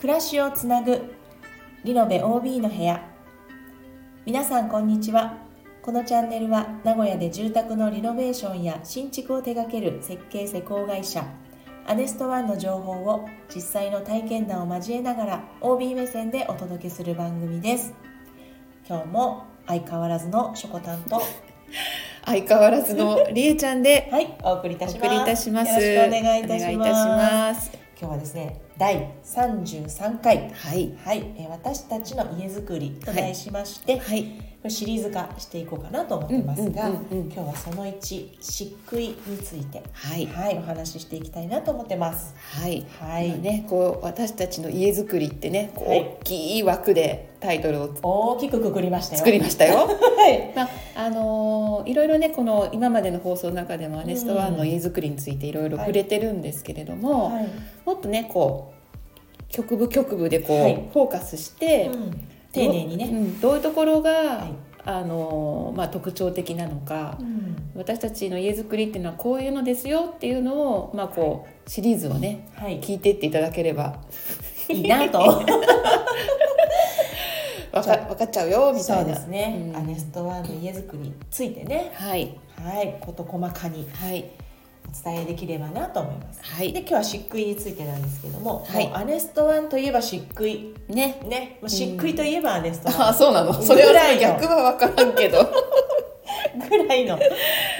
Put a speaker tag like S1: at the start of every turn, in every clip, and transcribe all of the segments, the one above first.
S1: 暮らしをつなぐリノベ OB の部屋皆さんこんにちはこのチャンネルは名古屋で住宅のリノベーションや新築を手掛ける設計施工会社アネストワンの情報を実際の体験談を交えながら OB 目線でお届けする番組です今日も相変わらずのしょこたんと
S2: 相変わらずのりえちゃんで
S1: はいお送りいた
S2: お
S1: します
S2: 送りいたします。
S1: よろしくお願いいたし
S2: お
S1: ま
S2: 願いい
S1: す
S2: たします
S1: 今日はですね第33回
S2: はい。
S1: はい、えー私たちの家づくりと題しまして、こ
S2: はい。
S1: れシリーズ化していこうかなと思ってますが、
S2: うんうんうんうん
S1: 今日はその1漆喰について、
S2: はい。
S1: はい、お話ししていきたいなと思ってます。
S2: はい。
S1: はい、
S2: ね、こう私たちの家づくりってね、こう
S1: はい
S2: 大きい枠でタイトルを
S1: 大きくくくりましたよ。
S2: 作 りましたよ。
S1: はい、
S2: まああのーいろいろねこの今までの放送の中でもアネストワン
S1: う
S2: の
S1: ん
S2: 家づくりについていろいろ
S1: はい
S2: 触れてるんですけれども、
S1: はい
S2: もっとねこう局部局部でこう、
S1: はい
S2: フォーカスして、
S1: うん丁寧に
S2: う
S1: ね。
S2: んどういうところが、
S1: い
S2: あのーまあ特徴的なのか
S1: う、ん
S2: 私たちの家づくりっていうのはこういうのですよっていうのをまあこうシリーズをね
S1: はい、
S2: 聞いてっていただければ
S1: いいなと。
S2: わかわかっちゃうよみた
S1: そう
S2: いな
S1: ですね、
S2: うん
S1: アネストワンの家づくりについてね、
S2: はい
S1: はい、事細かに
S2: はい
S1: お伝えできればなと思います。
S2: は
S1: で
S2: い
S1: 今日は漆喰についてなんですけども、
S2: はい
S1: もうアネストワンといえば漆喰
S2: ね
S1: ね、もう漆喰といえばアネスト
S2: あ
S1: ワ
S2: あそうなの
S1: うん
S2: それは
S1: ぐらいの
S2: 逆はわからんけ どは
S1: ンぐら いの、も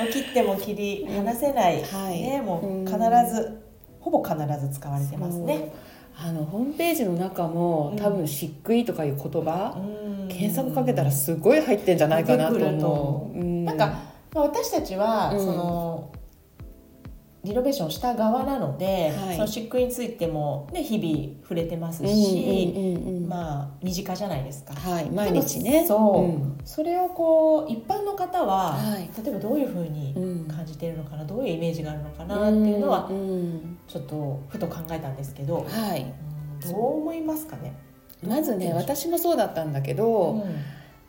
S1: う切っても切り離せない、
S2: い
S1: ね、もう必
S2: うん
S1: ず、ほぼ必ず使われてますね。
S2: あのホームページの中も
S1: うん
S2: 多分漆喰とかいう言葉
S1: うん
S2: 検索かけたらすごい入ってんじゃないかなと
S1: 出てくると
S2: 思
S1: 思
S2: ううん
S1: なんか、まあ、私たちは、
S2: うん
S1: そのリノベーションした側なので、
S2: はい
S1: その漆喰についても、ね、日々触れてます
S2: うん
S1: し、
S2: うんうんうん
S1: まあ身近じゃないですか。
S2: はい毎日ね
S1: そう、
S2: ん
S1: それをこう一般の方は、
S2: はい
S1: 例えばどういうふうに
S2: うん
S1: 感じているのかな、どういうイメージがあるのかなっていうのは
S2: うんうん
S1: ちょっとふと考えたんですけど、
S2: はい
S1: うんどう思いますかね、
S2: まずね私もそうだったんだけど、
S1: うん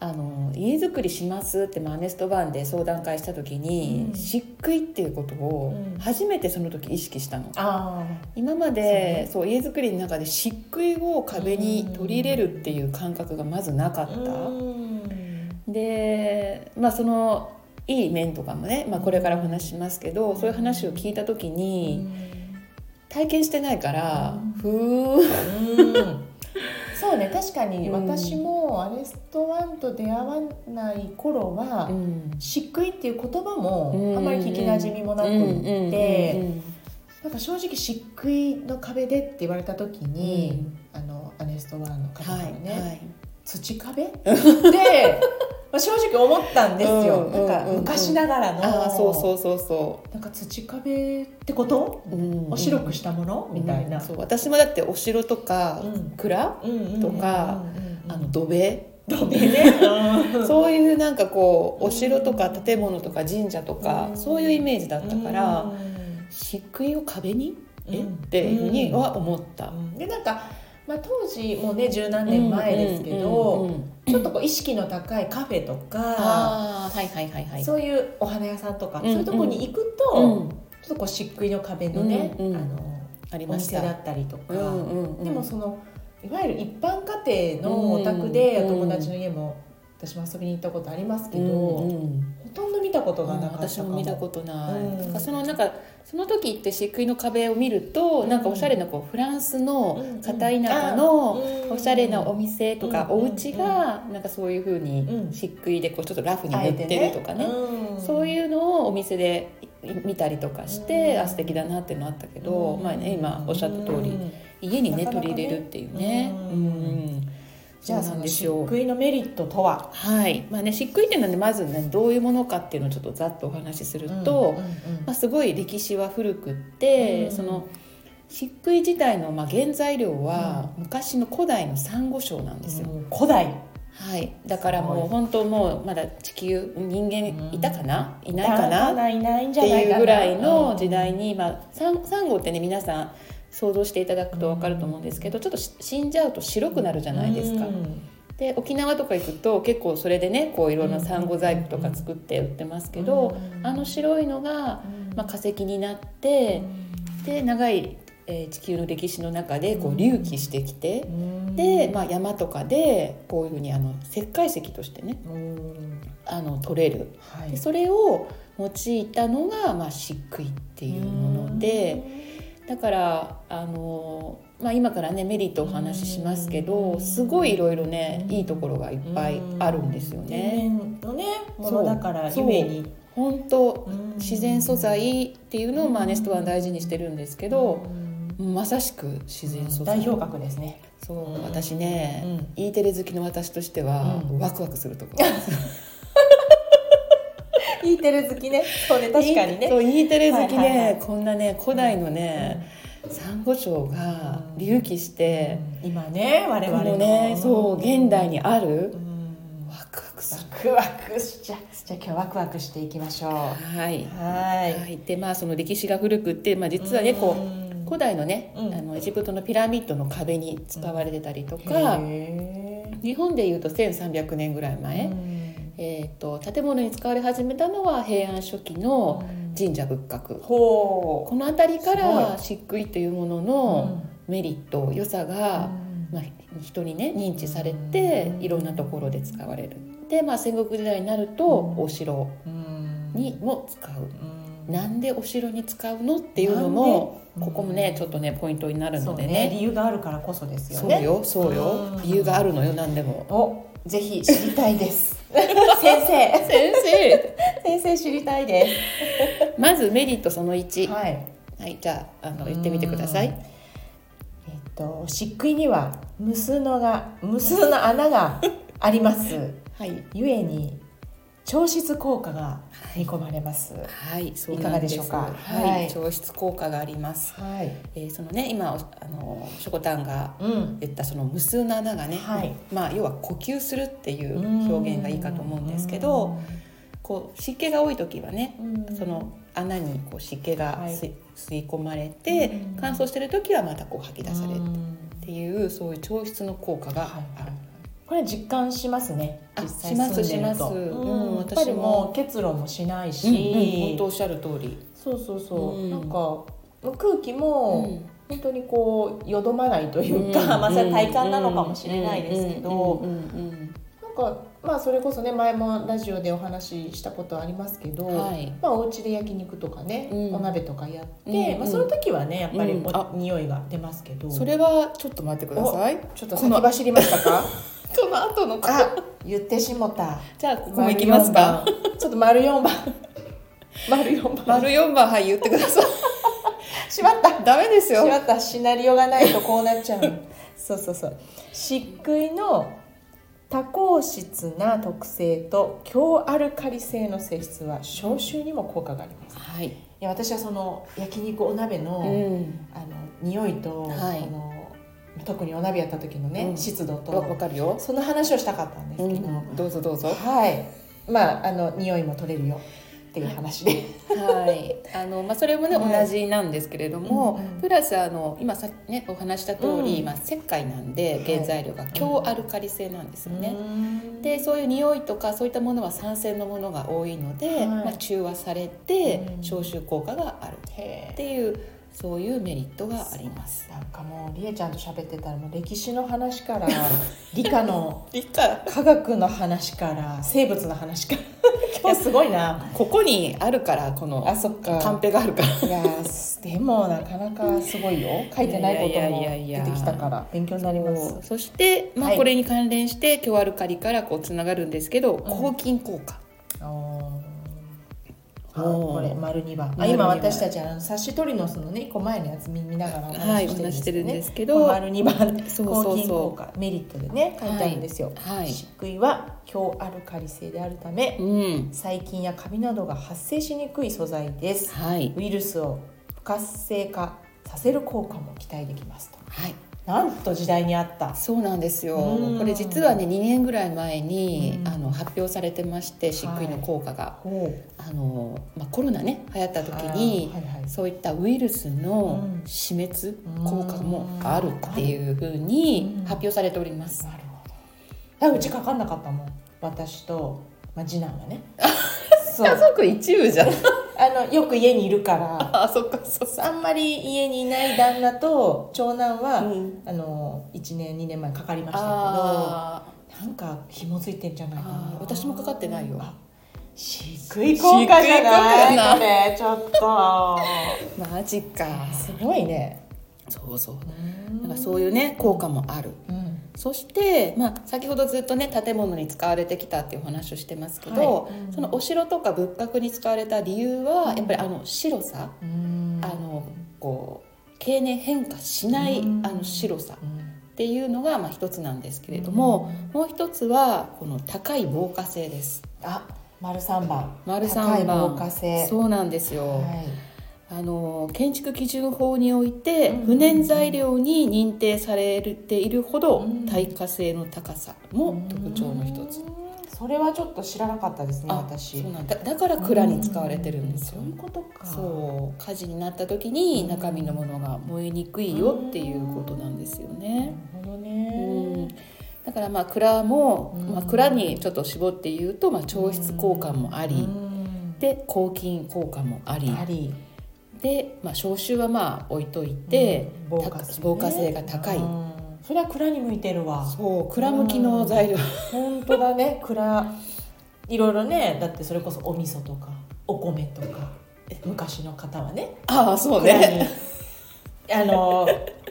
S2: あの家づくりしますってまあアネストバンで相談会した時に、
S1: うん
S2: 漆喰っていうことを
S1: うん
S2: 初めてその時意識したの。
S1: あ
S2: 今までそう、家づくりの中で漆喰を壁に取り入れるっていう感覚がまずなか
S1: あ
S2: った。で、まあ、そのいい面とかもね、まあ、これからお話ししますけど、そういう話を聞いた時に体験してないから、
S1: うん
S2: ふー
S1: そうね確かに
S2: うん
S1: 私もアレストワンと出会わない頃は、
S2: ん
S1: 漆喰っていう言葉もあまり聞きなじみもなくって、
S2: うんうんうんうん
S1: なんか正直漆喰の壁でって言われた時に、あのアネストワンの方からね、
S2: はいはい
S1: 土壁 って、まあ、正直思ったんですよ、
S2: うんうんうんうん
S1: なんか昔ながらの
S2: ああそうそうそうそ
S1: なんか土壁ってこと、
S2: う、うん
S1: お白くしたものみたいな、
S2: うんそう私もだってお城とか
S1: うん
S2: 蔵、
S1: うんうんうん
S2: とか
S1: うんうん
S2: あの土塀、
S1: 土壁ね、
S2: そういうなんかこうお城とか建物とか神社とか、
S1: うん
S2: そういうイメージだったから、
S1: うん
S2: 漆喰を壁にえ、
S1: うん
S2: っていうふうには思っ
S1: う
S2: た。
S1: んでなんか、まあ、当時もうね十何年前ですけど、
S2: うんうんうん
S1: ちょっとこう意識の高いカフェとか
S2: ああはいはいはいはい。
S1: そういうお花屋さんとか、
S2: うんうん
S1: そういうとこに行くと、
S2: うん
S1: ちょっとこう漆喰の壁のね、
S2: うんうん
S1: あの
S2: あり
S1: お
S2: まし
S1: 店だ
S2: た。
S1: ったりとか、
S2: うんうんうん
S1: でもそのいわゆる一般家庭のお宅でお
S2: うん
S1: 友達の家も私も遊びに行ったことありますけ
S2: う
S1: ど、
S2: んうん
S1: ほとんど見たことがなかった
S2: 私も見たことな
S1: う
S2: い、
S1: ん
S2: だからそのなんかその時って漆喰の壁を見ると、なんかおしゃれなこうフランスの片田舎のおしゃれなお店とか、
S1: うんうん
S2: お家がなんかそういう風に
S1: うん
S2: 漆喰でこうちょっとラフに
S1: あ
S2: 塗
S1: え
S2: っててるとかね
S1: うん
S2: そういうのをお店で見たりとかして、
S1: うん
S2: あ素敵だなっていうのあったけど、
S1: うん
S2: まあね今おっしゃった通り、
S1: うん
S2: 家にね
S1: なかなか
S2: 取
S1: ね
S2: り入れるっていうね。
S1: うん
S2: うん
S1: じゃあ
S2: そう
S1: そ
S2: なん
S1: の
S2: です
S1: 漆
S2: よ
S1: 喰のメリットとは
S2: はいまあね、漆喰っていうのはねまずねどういうものかっていうのをちょっとざっとお話しすると、
S1: うんうん
S2: まあ、すごい歴史は古くって、
S1: うん
S2: その漆喰自体のまあ原材料は昔の古代のサンゴ礁なんですよ、
S1: もう古代
S2: はい、だからも
S1: すご
S2: う
S1: い
S2: 本当もうまだ地球人間いたかな、いないかなっ
S1: いないんじゃ
S2: て
S1: ないかな
S2: いうぐらいの時代に、まあ、サンサンゴってね皆さん想像していただくと分かると思うんですけどちょっとし死んじゃうと白くなるじゃないですか。
S1: うん
S2: で沖縄とか行くと結構それでねこういろんなサンゴ細工とか作って売ってますけど、
S1: うん
S2: あの白いのが、まあ、化石になって、で長いえー地球の歴史の中でこ
S1: う
S2: うん隆起してきて、で、まあ、山とかでこういうふうにあの石灰石としてね
S1: うん
S2: あの取れる
S1: は
S2: でそれを用いたのが、まあ、漆喰っていうものでだからあの、まあ、今からねメリットをお話ししますけ
S1: うん
S2: どすごいいろいろね
S1: うん
S2: いいところがいっ
S1: うん
S2: ぱいあるんですよね。
S1: 天然のねものだから
S2: そう
S1: ゆえに
S2: 本当
S1: うん
S2: 自然素材っていうのを、まあ、
S1: うん
S2: ネストは大事にしてるんですけ
S1: う
S2: ど、
S1: ん
S2: まさしく自然素材
S1: 代表格ですね。
S2: そう、
S1: うん
S2: 私ね、E テレ好きの私としては、
S1: うん
S2: ワクワクするところ
S1: いいテレ好きね。そうね 確かにね。
S2: そう E テレ好きね、
S1: はいはいはい
S2: こんなね古代のね、サンゴ礁が隆起して、
S1: うん今ね我
S2: こ
S1: 々
S2: の
S1: の
S2: ねそう現代
S1: に。
S2: にある、
S1: うん
S2: ワクワクす
S1: ワクワクしちゃうじゃあ今日ワクワクしていきましょう。
S2: るはい、
S1: は。
S2: はいい、でまあその歴史が古くって、まあ、実はねこう、
S1: ん
S2: 古代のね、
S1: うん
S2: あのエジプトのピラミッドの壁に使われてたりとか、
S1: へ
S2: 日本でいうと1300年ぐらい前、
S1: ーうん
S2: えー、と建物に使われ始めたのは平安初期の神社仏閣
S1: ほ
S2: この辺りか
S1: すご
S2: ら漆喰というもの
S1: う
S2: のメリット良さが、まあ、人にね認知されて
S1: うん
S2: いろんなところで使われる。で、まあ、戦国時代になると
S1: うん
S2: お城
S1: うん
S2: にも使う。
S1: うん
S2: なんでお城に使うのっていうのも
S1: なんで
S2: ここもねちょっとねポイントになる
S1: そ
S2: の
S1: う
S2: で
S1: ね
S2: ね。
S1: 理由があるからこそですよ
S2: そう
S1: ね。
S2: よそうよ
S1: うん
S2: 理由があるのよ何でも。
S1: おぜひ知りたい です。先生
S2: 先生
S1: 先生知りたいで
S2: まずメリットその
S1: す。
S2: 1、
S1: はい。
S2: はい、じゃああの言ってみてください。
S1: えっと漆喰には無数のが無数の穴があります。
S2: はい、
S1: ゆえに調湿効果が見込まれます。
S2: はい、そう
S1: いかがでしょうか
S2: なんですはい、
S1: はい
S2: 調湿効果があります。
S1: はい。
S2: えー、そのね、今、あの、しょこたんが
S1: うん。
S2: 言ったその無数の穴がね。
S1: はい
S2: まあ、要は呼吸するっていう表現がいいかと思うんですけど、こう湿気が多い時はね。
S1: うん、
S2: その穴にこう湿気が
S1: はい
S2: 吸い,、吸い込まれて
S1: うん
S2: 乾燥してる時はまたこう吐き出される
S1: う
S2: っ
S1: ん
S2: ていうそういう調湿の効果がある、
S1: これ実感しますね。
S2: あ
S1: 実際
S2: します
S1: 住んでると
S2: します
S1: うん
S2: うん
S1: やっぱりもう
S2: 私も
S1: 結露もしないし、
S2: うんうん本当おっしゃる通り、
S1: そうそうそう、
S2: うん
S1: なんか空気も
S2: ん
S1: 本当にこうよどまないというか、まあそれは体感なのかもしれないですけど、
S2: うんうんうん
S1: なんかまあそれこそね前もラジオでお話ししたことありますけど、
S2: はい
S1: まあお家で焼肉とかね、
S2: うん
S1: お鍋とかやって、
S2: うんうん
S1: まあ、その時はねやっぱり
S2: うんあ
S1: お匂いが出ますけど、
S2: それはちょっと待ってください
S1: ちょっと先走りました か
S2: この後のか
S1: あ言ってしもた
S2: じゃあここも行きますか
S1: 丸四番ちょっと丸四番 丸四番
S2: 丸四番はい言ってくだ さい
S1: しまった
S2: ダメです
S1: しま
S2: よ
S1: ったシナリオがないとこうなっちゃうの そうそうそう漆喰の多硬質な特性と強アルカリ性の性質は消臭にも効果があります
S2: はい、
S1: いや私はその焼肉お鍋の、
S2: うん、
S1: あの匂いと、
S2: はい
S1: あの特にお鍋やった時のね、
S2: うん
S1: 湿度
S2: わわ
S1: と
S2: かるよ、
S1: その話をしたかったんです
S2: う
S1: けど、
S2: ん、どうぞどうぞ
S1: はいまああの匂いも取れるよっていう話で、
S2: はいあのまあそれもね、
S1: はい
S2: 同じなんですけれども、
S1: うんうん
S2: プラスあの今さねお話した通り、
S1: うん
S2: まあ石灰なんで原材料が強アルカリ性なんですよね、
S1: うん
S2: でそういう匂いとかそういったものは酸性のものが多いので、
S1: はい
S2: まあ、中和されて
S1: うん
S2: 消臭効果がある
S1: へ
S2: っ
S1: え
S2: ていうそういうメリットがあります。
S1: なんかもうりえちゃんと喋ってたらもう歴史の話から 理科の
S2: 理科
S1: 科学の話から生物の話から 今日すごいな
S2: ここにあるからこの
S1: あそっか
S2: カンペがあるから。
S1: いやーでもなかなかすごいよ書いてないことも
S2: いやいやいやいや
S1: 出てきたから勉強になります
S2: そして、ま
S1: は
S2: あ、
S1: い
S2: これに関連して、強アルカリからこうつながるんですけど、抗菌効果
S1: おー
S2: おー
S1: これ丸二番あ
S2: 丸二番
S1: 今私たちあの冊子取りのそのね一個前のやつ見見ながらお
S2: はい
S1: 話ししてるんですけどね
S2: お話ししてるんです
S1: 丸二番
S2: けどそうそうそう
S1: 抗菌効果メリットでね書いてあるんですよ、
S2: はい、
S1: 漆喰は強アルカリ性であるため
S2: うん
S1: 細菌やカビなどが発生しにくい素材です
S2: はい
S1: ウイルスを不活性化させる効果も期待できますと
S2: はい、
S1: なんと時代にあった
S2: そうなんですよ
S1: うん
S2: これ実はね2年ぐらい前に
S1: うん
S2: あの発表されてまして漆喰の効果が、
S1: ほ
S2: あのまあ、コロナね流行った時に、
S1: はいはい
S2: そういったウイルスの死滅効果もあるっていうふうに
S1: うん
S2: 発表されております。
S1: なるほどあうちかかんな かったもん私と、まあ、次男がねそう
S2: 家族一部じゃん。
S1: あのよく家にいるから
S2: あそっかそっ
S1: あんまり家にいない旦那と長男は、
S2: か、うん、
S1: あの1年2年前かかりましたけ
S2: あ
S1: どなんか紐づいてんじゃないか
S2: あ
S1: な
S2: ー私もかかってないよ
S1: あ飼育効果じゃ
S2: 飼育効果かな
S1: ないこれちょっと
S2: ーマジか
S1: すごいね
S2: そうそう
S1: な
S2: なんかそういうね効果もある
S1: うん、
S2: そして、まあ、先ほどずっとね建物に使われてきたっていうお話をしてますけど、
S1: はいうん
S2: そのお城とか仏閣に使われた理由は、
S1: うん
S2: やっぱりあの白さ、
S1: うん
S2: あのこう経年変化しない、
S1: うん
S2: あの白さ
S1: うん
S2: っていうのがまあ一つなんですけれども、もう一つはこの高い防火性です。
S1: あ丸三番
S2: 丸三
S1: 高
S2: 番
S1: い防火性
S2: そうなんですよ、
S1: はい
S2: あの建築基準法において
S1: うん
S2: 不燃材料に認定されているほ
S1: う
S2: ど
S1: ん
S2: 耐火性の高さも特徴の一つ
S1: うんそれはちょっと知らなかったですね
S2: あ
S1: 私
S2: そうなんだだから蔵に使われてるんですよ
S1: うそういうことか
S2: そう火事になった時に中身のものが燃えにくいよっていうことなんですよ
S1: なる
S2: ね
S1: ほど
S2: うん
S1: ね
S2: だからまあ蔵も
S1: うん
S2: まあ蔵にちょっと絞って言うとまあ調湿効果もあ
S1: う
S2: り
S1: ん
S2: で抗菌効果もあり
S1: あり
S2: でまあ消臭はまあ置いといて
S1: うん
S2: た防火性が高い
S1: うんそれは蔵に向いてるわ
S2: そう蔵向きの材料
S1: 本当だね 蔵いろいろねだってそれこそお味噌とかお米とか昔の方はね
S2: ああそう
S1: 蔵
S2: ね
S1: にあの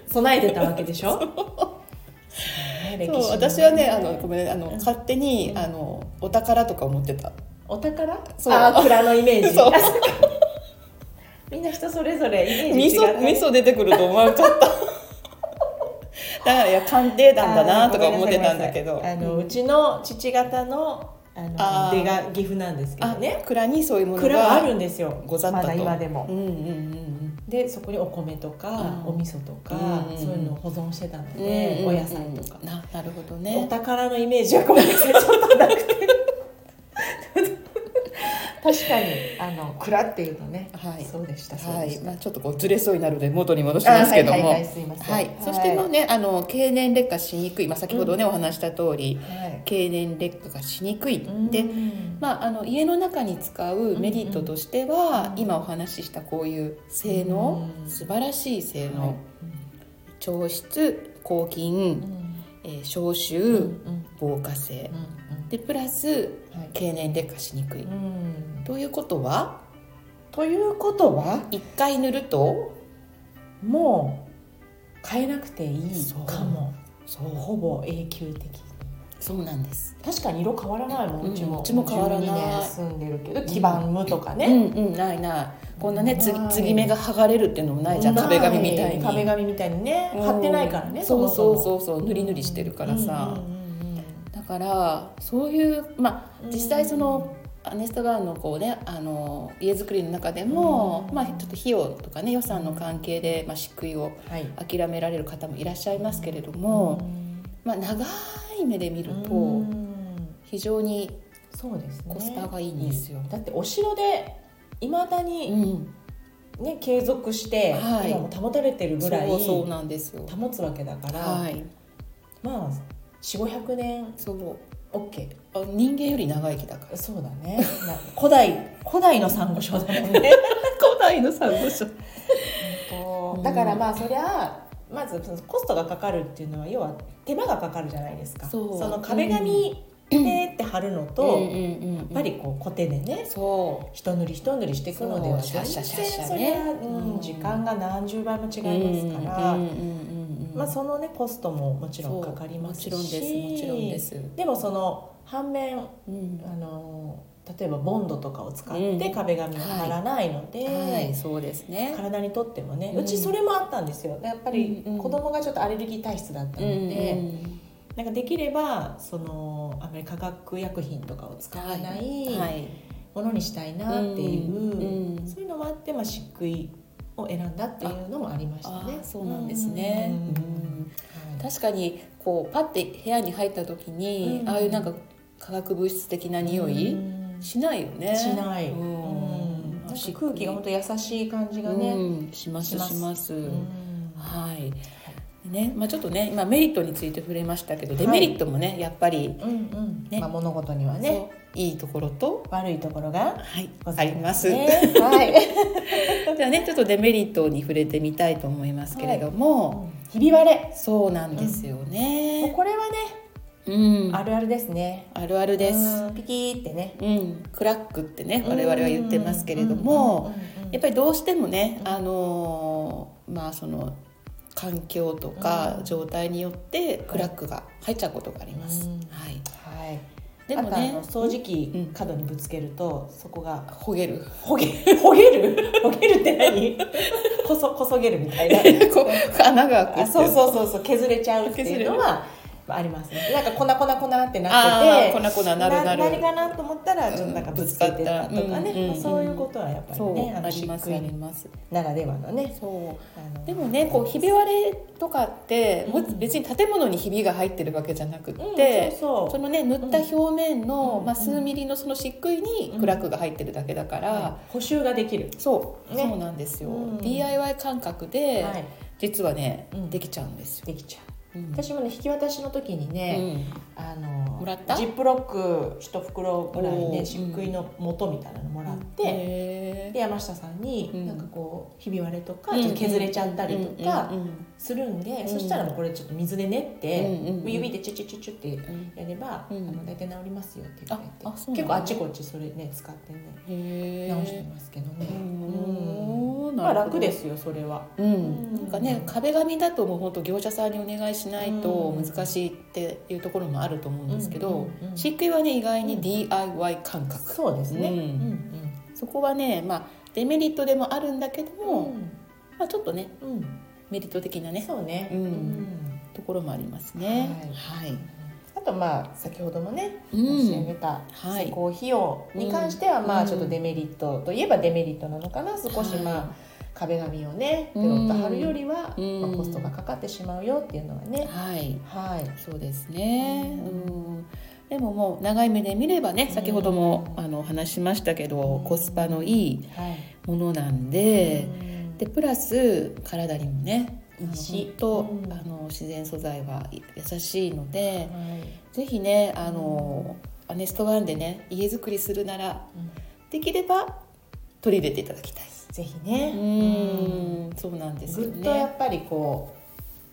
S1: 備えてたわけでし ょね歴史
S2: そう
S1: の
S2: 私はねあのごめんねあの勝手にあのお宝とか思ってた
S1: お宝
S2: そう
S1: あー蔵のイメージ
S2: そう
S1: みんな人それぞれイメー
S2: 味
S1: ジ違
S2: 噌
S1: うね
S2: 味噌出てくると思わなかった だからいや鑑定団だなとか思ってたんだけ
S1: あ
S2: ど
S1: ーごめんなさいごめんなさいあの、うちの父方のあの
S2: あ
S1: 出
S2: ー
S1: が岐阜なんですけど
S2: あ
S1: ね
S2: ね蔵にそういうもの
S1: 蔵は
S2: が
S1: あるんですよ
S2: ござった
S1: ま
S2: と
S1: だ今でも
S2: うんうんうん
S1: でそこにお米とか、
S2: うん
S1: お味噌とか、
S2: うん
S1: そういうのを保存してたの
S2: うん
S1: で、
S2: うん
S1: お野菜とか、
S2: ななるほど
S1: お
S2: ね
S1: 宝のイメージはごめんなさいちょっとなくて 確かにあの蔵っていうのね、
S2: はい
S1: そうでしたそう
S2: は
S1: でし
S2: い、
S1: た、
S2: まあ、ちょっとこうずれそうになるので元に戻し
S1: あ
S2: ますけど
S1: は
S2: も、
S1: いはいはいすいません
S2: はい、そしてもうねあの経年劣化しにくい、まあ、先ほどね、お話した通り
S1: はい
S2: 経年劣化がしにくい、
S1: う
S2: で、
S1: ん
S2: まあ、あの家の中に使うメリットとしては、
S1: うん
S2: 今お話ししたこういう性能、
S1: うん
S2: 素晴らしい性能、
S1: はい
S2: 調湿抗
S1: う
S2: 菌、
S1: ん
S2: えー消臭、
S1: うんうん
S2: 防火性
S1: うん
S2: でプラス
S1: うんはい
S2: 経年劣化しにくい、
S1: うん
S2: ということは
S1: ということは
S2: 一回塗ると
S1: もう変えなくていいかも
S2: そう
S1: ほぼ永久的
S2: そうなんです
S1: 確かに色変わらないも
S2: うん
S1: んうちも、
S2: うちも変わらない
S1: 12年住んでるけど基板無とかね、
S2: うんうんないないこんなね継ぎ
S1: ない
S2: 継ぎ目が剥がれるっていうのもないじゃん
S1: ない
S2: 壁紙みたいに
S1: 壁紙みたいにね
S2: うん
S1: 貼ってないからね
S2: そうそう
S1: う
S2: そうそう塗り塗りしてるからさ、
S1: うんうんうん
S2: だからそういうまあ
S1: うん
S2: 実際その、アネストガーンのこうねあの家づくりの中でも、
S1: うん
S2: まあちょっと費用とかね予算の関係で、まあ、漆喰を
S1: はい
S2: 諦められる方もいらっしゃいますけれども、まあ、長い目で見ると、
S1: うん
S2: 非常に
S1: そうですね
S2: コスパがいいんですよ。
S1: だってお城でいまだ
S2: う
S1: に、
S2: ん、
S1: ね継続して、
S2: はい
S1: 今も保たれてるぐらい
S2: そうそうなんですよ。
S1: 保つわけだから、
S2: はい、
S1: まあ4500年
S2: そう
S1: OK
S2: あ人間より長生きだから。
S1: そうだねな古代古代の珊瑚礁だもんね
S2: 古代のサンゴ礁。
S1: こう
S2: うん
S1: だからまあそりゃまずそのコストがかかるっていうのは要は手間がかかるじゃないですか
S2: そう
S1: の壁紙でって貼るのと、
S2: うん
S1: や
S2: うんうんうん、やっ
S1: っぱりこうコテでね
S2: そ
S1: 一塗り一塗りしていくのでは
S2: そうシャッ
S1: 全
S2: シャ
S1: 然
S2: ッシャッシャ
S1: そ
S2: ね
S1: りゃ、う
S2: うん
S1: ん、時間が何十倍も違い
S2: う。
S1: ますから、
S2: うんうんうんうんうん
S1: まあ、そのねコストももちろん
S2: そう
S1: かかりますし
S2: もちろんですもちろんです。
S1: でもその反面
S2: うん
S1: あの例えばボンドとかを使っ
S2: う
S1: て
S2: ん
S1: 壁紙を貼らないので、
S2: はい、そうですね。
S1: 体にとってもね、
S2: う
S1: うんちそれもあったんですよやっぱり
S2: うんうん
S1: 子供がちょっとアレルギー体質だった
S2: う
S1: の
S2: ん
S1: で、
S2: うん
S1: なんかできればそのあまり化学薬品とかを使わない
S2: はい、
S1: ものにしたいなっていう、
S2: うんうん
S1: そういうのもあって、まあ、漆喰を選んだっていうのもありました
S2: あ
S1: ね
S2: ーそうなんですね。
S1: うん
S2: うん
S1: はい
S2: 確かにこうパって部屋に入った時に、
S1: うん
S2: ああいうなんか化学物質的な匂い、
S1: うん
S2: しないよね。
S1: しない、
S2: う
S1: うん
S2: ん、
S1: なんか空気が本当優しい感じがね、
S2: うんしますし
S1: し
S2: ま。
S1: ますうん
S2: はい。ねねまあ、ちょっとね今メリットについて触れましたけど、
S1: はい
S2: デメリットもねやっぱり
S1: うんうん
S2: ね
S1: まあ、物事にはね
S2: そういいところと、
S1: 悪いところが
S2: はい、
S1: ご
S2: あ
S1: ざい
S2: り
S1: ま
S2: ますす。
S1: ね。はい。
S2: じゃあねちょっとデメリットに触れてみたいと思いますけれども、
S1: ひび割れ。
S2: そうなんですよ
S1: もう
S2: ね。
S1: これはね、
S2: うん、
S1: あるあるですね。
S2: あるあるです。
S1: うん。ピキーってね。
S2: うん、クラックってね我々は言ってますけれども、
S1: うんうんうん
S2: やっぱりどうしてもね、
S1: うん
S2: あのーまあその環境と
S1: う
S2: か
S1: ん
S2: 状態によってクラックが入っちゃうことがあります。
S1: うん
S2: はい。
S1: はい。
S2: でも
S1: あとあ
S2: ね
S1: の、掃除
S2: う
S1: 機
S2: ん
S1: 角にぶつけるとそこが
S2: 焦げる。
S1: ほげほげるほげるって何？こそこそげるみたいな。
S2: こう穴が開くってい
S1: あそうそうそうそう削れちゃうっていうのはまあありますねなんか粉粉粉ってなって
S2: あ
S1: て
S2: ー粉々なるなる
S1: 何かなと思ったらちょっとなんか
S2: うん
S1: ぶつけてたとかね、
S2: ぶつかったうん
S1: まあ、そういうことはやっぱり
S2: そう
S1: ね
S2: ありますあり
S1: ね
S2: ます。
S1: ならではのね
S2: そう。
S1: あの
S2: でもねこうひび割れとかって、もう
S1: うん
S2: 別に建物にひびが入ってるわけじゃなくって、
S1: うんそう
S2: そ
S1: そう
S2: のね塗った表面の、
S1: うん
S2: ま
S1: う
S2: あ、
S1: ん
S2: 数ミリのその漆喰に
S1: うん
S2: クラックが入ってるだけだから、
S1: はい補修ができる
S2: そう、
S1: ね
S2: そうなんですよ、
S1: うん
S2: DIY 感覚で、
S1: はい
S2: 実はね、
S1: うん
S2: できちゃうんですよ、
S1: できちゃう
S2: うん
S1: 私もね引き渡しの時にね、あの
S2: もらった
S1: ジップロック一袋ぐらい
S2: お
S1: ね
S2: ー
S1: 漆喰の元みたいなのも
S2: うん
S1: らって、
S2: へ
S1: で山下さんに、
S2: うん
S1: なんかこうひび割れとか
S2: うん
S1: ちょっと削れちゃったりとか、
S2: うんうん
S1: するんで、
S2: うん
S1: そしたらもうこれちょっと水で練って、
S2: うんうんうん
S1: 指でチュチュチュチュって
S2: うんうん
S1: やれば、
S2: うん
S1: あの大体治りますよって言われて
S2: ああそうな
S1: 結
S2: んだ
S1: 構あっちこっちそれね使ってね
S2: へえ
S1: 直してますけどね、
S2: うん
S1: うんまあ
S2: なるほど
S1: 楽ですよそれは、
S2: うん、なんかね壁紙だともう本当業者さんにお願いしないと難しいっていうところもあると思うんですけど、
S1: うんうんうん
S2: 漆喰はね意外
S1: う
S2: に
S1: ん
S2: DIY 感覚、
S1: そうですね、
S2: う
S1: うんん
S2: そこはね、まあ、デメリットでもあるんだけど
S1: うんう
S2: も、
S1: ん
S2: まあ、ちょっとね
S1: うん
S2: メリット的なね
S1: そうね、
S2: うんところもありますね。はい、
S1: あとまあ先ほどもね、
S2: うん
S1: 教えてた
S2: はい
S1: 施工費用に関しては
S2: うん
S1: まあちょっとデメリットといえばデメリットなのかな少しまあ、壁紙をねペロッと貼るよりは、
S2: うん
S1: まあ、コストがかかってしまうよっていうのはね、
S2: はい、
S1: はい
S2: そうですね、
S1: う
S2: うん、でももう長い目で見ればね先ほども
S1: うん
S2: あの話しましたけど
S1: うん
S2: コスパのいい
S1: はい
S2: ものなんで。
S1: うん
S2: でプラス体にもねあの
S1: いいし
S2: 本当、
S1: うん
S2: あの自然素材はい優しいので、
S1: はい
S2: ぜひねあの、アネストワンでね家づくりするなら
S1: うん
S2: できれば取り入れていただきたい。
S1: ぜひ
S2: う
S1: ね、
S2: ん、そうなんで
S1: うん
S2: す
S1: ぐ
S2: よ
S1: っとや
S2: ね。
S1: っぱりこ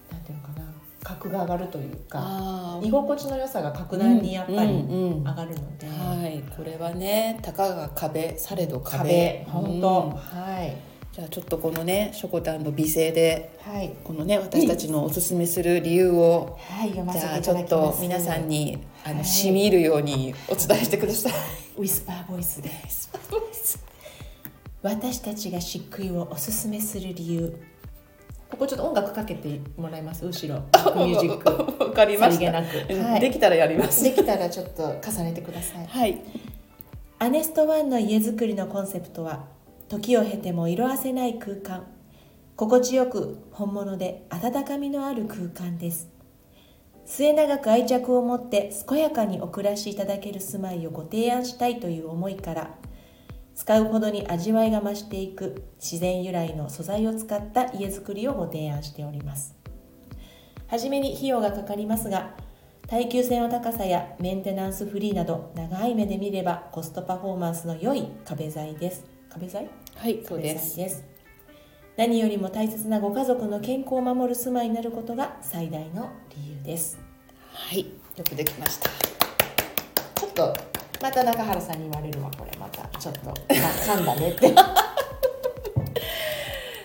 S1: うなんていうのかな格が上がるというか
S2: あー
S1: 居心地の良さが格段にやっぱ
S2: うん
S1: り
S2: うんうん
S1: 上
S2: は
S1: がるので、
S2: い、これはね、たかが壁、されど
S1: 壁
S2: 壁。
S1: 本
S2: うん
S1: 当はい
S2: じゃあちょっとこのね、しょこたんの美声で
S1: はい
S2: このね、私たちのおすすめする理由を
S1: はい読ま
S2: じ
S1: せ
S2: ゃ
S1: て
S2: あ
S1: い
S2: ち
S1: た
S2: ょ
S1: だ
S2: っ
S1: きま
S2: と
S1: す
S2: 皆さんにあ
S1: は
S2: の
S1: い
S2: 染み入るようにお伝えしてください。
S1: ウィスパーボイスで私たちが漆喰をおすすめする理由ここちょっと音楽かけてもらいます後 ろバックミュージック
S2: わかり
S1: さ
S2: ま
S1: り
S2: し
S1: げ
S2: た。
S1: なく、
S2: うんできたらやります。
S1: できたらちょっと重ねてください
S2: はい。
S1: アネストワンの家づくりのコンセプトは時を経ても色あせない空間心地よく本物で温かみのある空間です末永く愛着を持って健やかにお暮らしいただける住まいをご提案したいという思いから使うほどに味わいが増していく自然由来の素材を使った家づくりをご提案しておりますはじめに費用がかかりますが耐久性の高さやメンテナンスフリーなど長い目で見ればコストパフォーマンスの良い壁材です壁材
S2: はい、そうで
S1: 壁
S2: す。
S1: 材です何よりも大切なご家族の健康を守る住まいになることが最大の理由です
S2: はい、よくできました。
S1: ちょっとまた中原さんに言われるわこれまたちょっと噛んだねって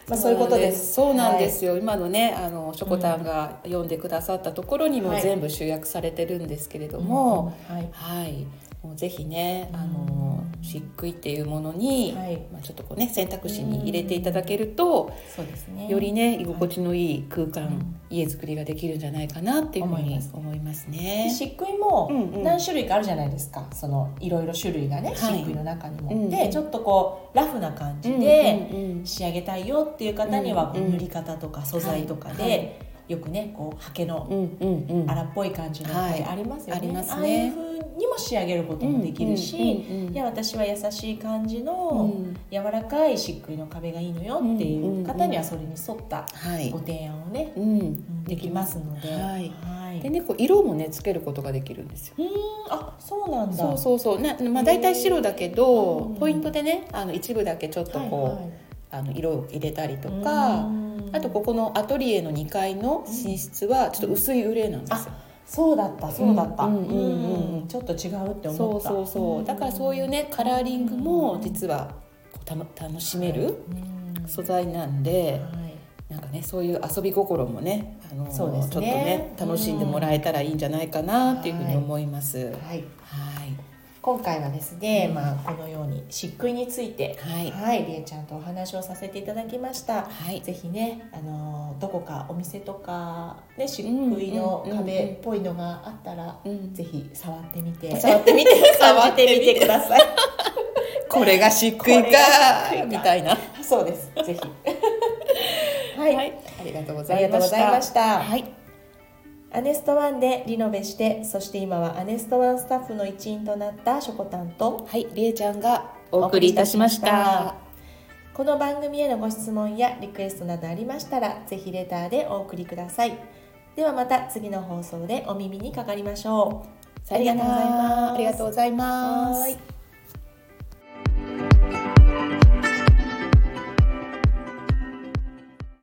S1: まあそういうことです
S2: そうなんで
S1: は
S2: すよ。今のね、あのしょこたんが読んでくださったところにも
S1: はい
S2: 全部集約されてるんですけれ
S1: い
S2: ども、
S1: はい
S2: はい、もうぜひね、
S1: うん
S2: あの漆喰っていうものに、
S1: はい
S2: まあちょっとこうね選択肢に入れていただけると、
S1: そうですね
S2: よりね居心地のいい空間、
S1: うん
S2: 家づくりができるんじゃないかなっていうふう
S1: 思い
S2: に
S1: ます
S2: 思います
S1: で
S2: ね。
S1: 漆喰も
S2: うんうん
S1: 何種類かあるじゃないですか、そのいろいろ種類がね、
S2: はい
S1: 漆喰の中にも、
S2: うん
S1: でちょっとこうラフな感じ
S2: うん
S1: で
S2: うんうん
S1: 仕上げたいよっていう方には、
S2: うん
S1: こう
S2: うん
S1: 塗り方とか素材とかで、
S2: はいはい
S1: いよくねこう刷毛の
S2: うんうんうん
S1: 荒っぽい感じの
S2: はい
S1: やっぱりありますよね,、
S2: ありま
S1: あ
S2: すね
S1: あいう風にも仕上げることもできるし、
S2: うんうんうん
S1: いや私は優しい感じ
S2: う
S1: の
S2: ん
S1: 柔らかい漆喰の壁がいいのよっていう方にはそれに沿った
S2: はい
S1: ご提案をね、
S2: うん
S1: うんできますので。
S2: はい
S1: はい
S2: でねこう色もねつけることができるんですよ
S1: うーんあそうなんだ。
S2: そうそうそうな、まあ、大体白だけど、
S1: うん
S2: ポイントでねあの一部だけちょっとこう、あの色を入れたりとか、あとここのアトリエの2階の寝室はちょっと薄いグレーなんですよ、
S1: そうだったそうだった、
S2: うんうんうんうん
S1: うんちょっと違うって
S2: そ
S1: 思
S2: う
S1: った
S2: そうそうだからそういうねカラーリングも実はこうたの楽しめる
S1: うん
S2: 素材なんで、
S1: はい
S2: なんかねそういう遊び心もねあの
S1: そうですね
S2: ちょっとね楽しんでもらえたらいいんじゃないかなっていうふうに思います。はい、
S1: はい、今回はですね、まあ、このように漆喰について
S2: はい、
S1: はい、りえちゃんとお話をさせていただきました。
S2: はい、
S1: ぜひね、あのどこかお店とか、ね、漆喰の壁っぽいのがあったら、
S2: うん
S1: ぜひ触ってみて。
S2: 触ってみて触
S1: 触
S2: っ
S1: ってて
S2: み
S1: み
S2: て
S1: てくだ さい。
S2: これが漆
S1: こ
S2: 喰
S1: れが漆
S2: か
S1: 喰か
S2: みたいな。
S1: そうです。ぜひ。 はい、
S2: はい、ありがとうご
S1: あ
S2: ざ
S1: り
S2: い
S1: がとう
S2: ま
S1: ご
S2: した。
S1: ざいました。
S2: はい、
S1: アネストワンでリノベして、そして今はアネストワンスタッフの一員となったしょこたんと。
S2: はい、りえちゃんがお送りいたしました。
S1: この番組へのご質問やリクエストなどありましたら、ぜひレターでお送りください。ではまた次の放送でお耳にかかりましょう。
S2: さよなら
S1: あ
S2: あ
S1: り
S2: りが
S1: がと
S2: とう
S1: う
S2: ございます。
S1: はーい